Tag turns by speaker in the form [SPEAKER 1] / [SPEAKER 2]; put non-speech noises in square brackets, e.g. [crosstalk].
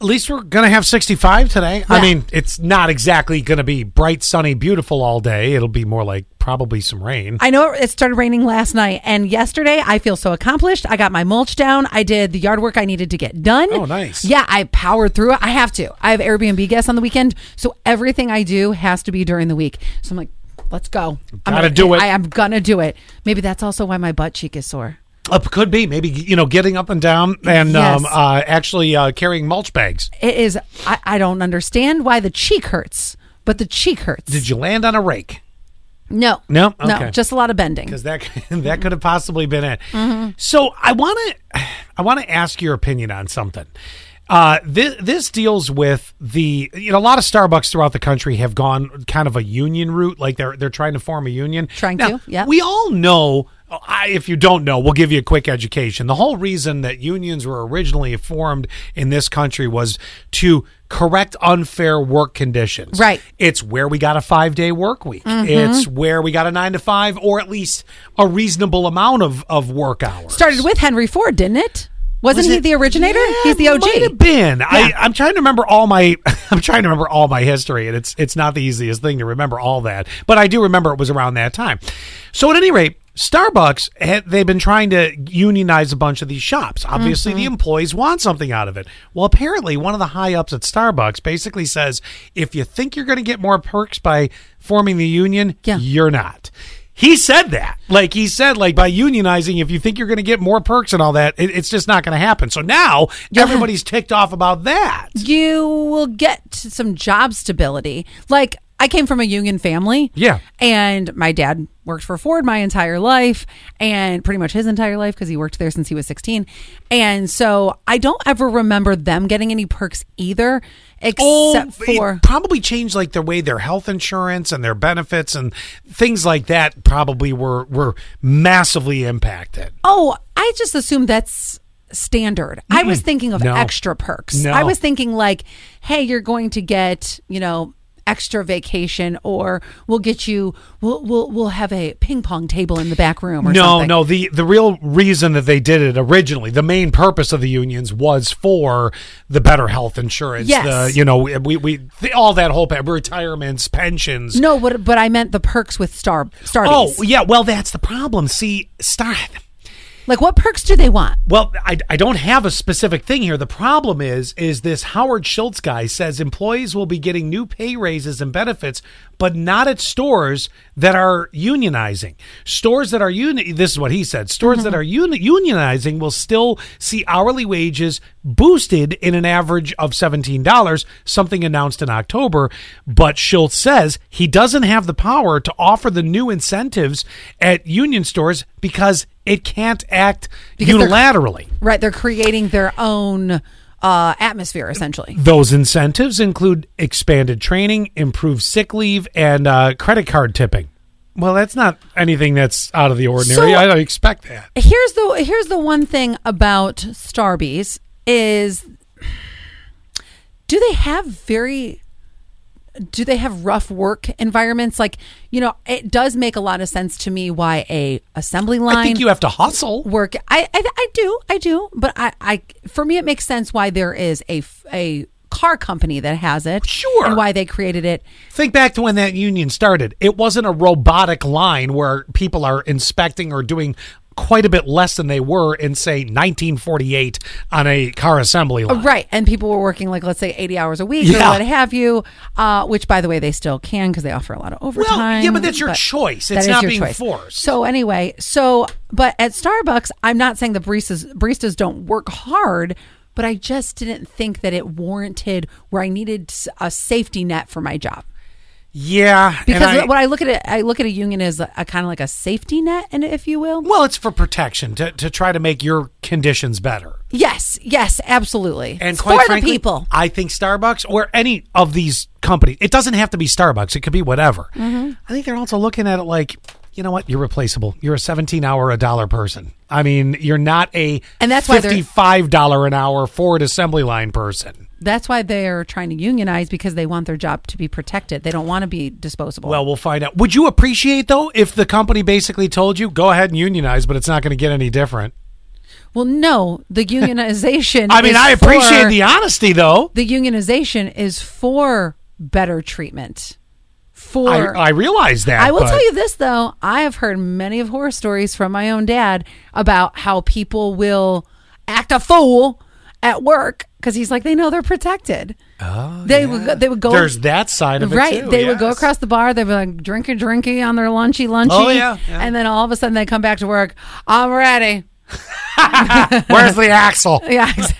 [SPEAKER 1] at least we're gonna have 65 today. I
[SPEAKER 2] Yeah.
[SPEAKER 1] mean, it's not exactly gonna be bright, sunny, beautiful all day. It'll be more like probably some rain.
[SPEAKER 2] I know it started raining last night, and yesterday I feel so accomplished. I got my mulch down. I did the yard work I needed to get done.
[SPEAKER 1] Oh, nice.
[SPEAKER 2] Yeah, I powered through it. I have to. I have Airbnb guests on the weekend, so everything I do has to be during the week. So I'm like, let's go. I'm
[SPEAKER 1] Gotta
[SPEAKER 2] gonna-
[SPEAKER 1] do it.
[SPEAKER 2] I am gonna do it. Maybe that's also why my butt cheek is sore.
[SPEAKER 1] Up could be maybe you know getting up and down and um,
[SPEAKER 2] Yes.
[SPEAKER 1] uh, actually uh, carrying mulch bags.
[SPEAKER 2] It is. I, I don't understand why the cheek hurts, but the cheek hurts.
[SPEAKER 1] Did you land on a rake?
[SPEAKER 2] no.
[SPEAKER 1] No?
[SPEAKER 2] No.
[SPEAKER 1] Okay.
[SPEAKER 2] Just a lot of bending.
[SPEAKER 1] because that that [laughs] could have possibly been it. So I want to I want to ask your opinion on something. Uh, this this deals with the you know a lot of Starbucks throughout the country have gone kind of a union route, like they're they're trying to form a union.
[SPEAKER 2] Trying
[SPEAKER 1] Now,
[SPEAKER 2] to, yeah.
[SPEAKER 1] We all know. I, if you don't know, we'll give you a quick education. The whole reason that unions were originally formed in this country was to correct unfair work conditions.
[SPEAKER 2] Right.
[SPEAKER 1] It's where we got a five day work week. It's where we got a nine to five or at least a reasonable amount of, of work hours.
[SPEAKER 2] Started with Henry Ford, didn't it? Wasn't
[SPEAKER 1] Was
[SPEAKER 2] he
[SPEAKER 1] it-
[SPEAKER 2] the originator?
[SPEAKER 1] Yeah,
[SPEAKER 2] He's the OG.
[SPEAKER 1] Might have been. I, I'm trying to remember all my. [laughs] I'm trying to remember all my history, and it's it's not the easiest thing to remember all that. But I do remember it was around that time. So at any rate, Starbucks had, they've been trying to unionize a bunch of these shops. Obviously, the Mm-hmm. employees want something out of it. Well, apparently, one of the high ups at Starbucks basically says, if you think you're going to get more perks by forming the union,
[SPEAKER 2] Yeah.
[SPEAKER 1] you're not. He said that. Like he said, like by unionizing, if you think you're going to get more perks and all that, it, it's just not going to happen. So now everybody's ticked off about that.
[SPEAKER 2] you will get some job stability. Like I came from a union family.
[SPEAKER 1] Yeah.
[SPEAKER 2] And my dad worked for Ford my entire life and pretty much his entire life because he worked there since he was 16. And so I don't ever remember them getting any perks either except
[SPEAKER 1] Oh, it
[SPEAKER 2] for
[SPEAKER 1] probably changed like the way their health insurance and their benefits and things like that probably were were massively impacted.
[SPEAKER 2] Oh, I just assume that's standard. I was thinking of
[SPEAKER 1] No.
[SPEAKER 2] extra perks.
[SPEAKER 1] No.
[SPEAKER 2] I was thinking like, hey, you're going to get, you know, extra vacation or we'll get you we'll we'll we'll have a ping pong table in the back room or
[SPEAKER 1] no,
[SPEAKER 2] something.
[SPEAKER 1] no. The the real reason that they did it originally, the main purpose of the unions was for the better health insurance.
[SPEAKER 2] Yes.
[SPEAKER 1] the, you know, we we, we the, all that whole pa- retirements, pensions.
[SPEAKER 2] No, but but I meant the perks with Star Starbucks.
[SPEAKER 1] Oh yeah, well that's the problem. See, star.
[SPEAKER 2] Like what perks do they want?
[SPEAKER 1] Well, I, I don't have a specific thing here. The problem is is this Howard Schultz guy says employees will be getting new pay raises and benefits, but not at stores that are unionizing. Stores that are union this is what he said. Stores that are uni- unionizing will still see hourly wages boosted in an average of $17, something announced in October, but Schultz says he doesn't have the power to offer the new incentives at union stores because it can't act
[SPEAKER 2] they're-
[SPEAKER 1] unilaterally.
[SPEAKER 2] Right, they're creating their own uh atmosphere essentially.
[SPEAKER 1] Those incentives include expanded training, improved sick leave, and uh, credit card tipping. Well, that's not anything that's out of the ordinary.
[SPEAKER 2] So-
[SPEAKER 1] I don't expect that.
[SPEAKER 2] here's the here's the one thing about Starbies is do they have very do they have rough work environments like you know it does make a lot of sense to me why a assembly line
[SPEAKER 1] I think you have to hustle.
[SPEAKER 2] work I, I i do i do but i i for me it makes sense why there is a f- a car company that has it
[SPEAKER 1] Sure.
[SPEAKER 2] and why they created it
[SPEAKER 1] Think back to when that union started. It wasn't a robotic line where people are inspecting or doing quite a bit less than they were in, say, 1948 on a car assembly line.
[SPEAKER 2] Right. And people were working like, let's say 80 hours a week
[SPEAKER 1] Yeah.
[SPEAKER 2] or what have you, uh, which by the way, they still can because they offer a lot of overtime.
[SPEAKER 1] yeah, but that's your choice.
[SPEAKER 2] that
[SPEAKER 1] It's
[SPEAKER 2] is
[SPEAKER 1] not
[SPEAKER 2] your
[SPEAKER 1] being forced.
[SPEAKER 2] So anyway, so, but at Starbucks, I'm not saying the baristas, baristas don't work hard, but I just didn't think that it warranted where I needed s- a safety net for my job.
[SPEAKER 1] Yeah. and
[SPEAKER 2] Because
[SPEAKER 1] I-
[SPEAKER 2] when I look at it, I look at a union as a, a kind of like a safety net, and if you will.
[SPEAKER 1] well, it's for protection to, to try to make your conditions better.
[SPEAKER 2] Yes, yes, absolutely.
[SPEAKER 1] And
[SPEAKER 2] It's
[SPEAKER 1] quite
[SPEAKER 2] for
[SPEAKER 1] frankly,
[SPEAKER 2] the people.
[SPEAKER 1] I think Starbucks or any of these companies, it doesn't have to be Starbucks. It could be whatever.
[SPEAKER 2] Mm-hmm.
[SPEAKER 1] I think they're also looking at it like, you know what? You're replaceable. You're a 17 hour a dollar person. I mean, you're not a
[SPEAKER 2] And that's why they're-
[SPEAKER 1] $55 dollar an hour Ford assembly line person.
[SPEAKER 2] That's why they're trying to unionize because they want their job to be protected. They don't want to be disposable.
[SPEAKER 1] Well, we'll find out. Would you appreciate though if the company basically told you, "Go ahead and unionize, but it's not going to get any different."
[SPEAKER 2] Well, no,
[SPEAKER 1] [laughs]
[SPEAKER 2] the unionization.
[SPEAKER 1] I mean,
[SPEAKER 2] is
[SPEAKER 1] I appreciate
[SPEAKER 2] for-
[SPEAKER 1] the honesty, though.
[SPEAKER 2] the unionization is for better treatment. For
[SPEAKER 1] I, I realize that.
[SPEAKER 2] I will
[SPEAKER 1] but-
[SPEAKER 2] tell you this though, I have heard many of horror stories from my own dad about how people will act a fool at work because he's like they know they're protected. Oh, they would go- they would go
[SPEAKER 1] There's that side of it
[SPEAKER 2] right.
[SPEAKER 1] too,
[SPEAKER 2] they would go
[SPEAKER 1] yes. [laughs]
[SPEAKER 2] across the bar. They'd be like drinky drinky on their lunchy lunchy.
[SPEAKER 1] Oh, yeah, yeah.
[SPEAKER 2] and then all of a sudden they come back to work. I'm ready.
[SPEAKER 1] Where's the axle?
[SPEAKER 2] [laughs] Yeah. exactly.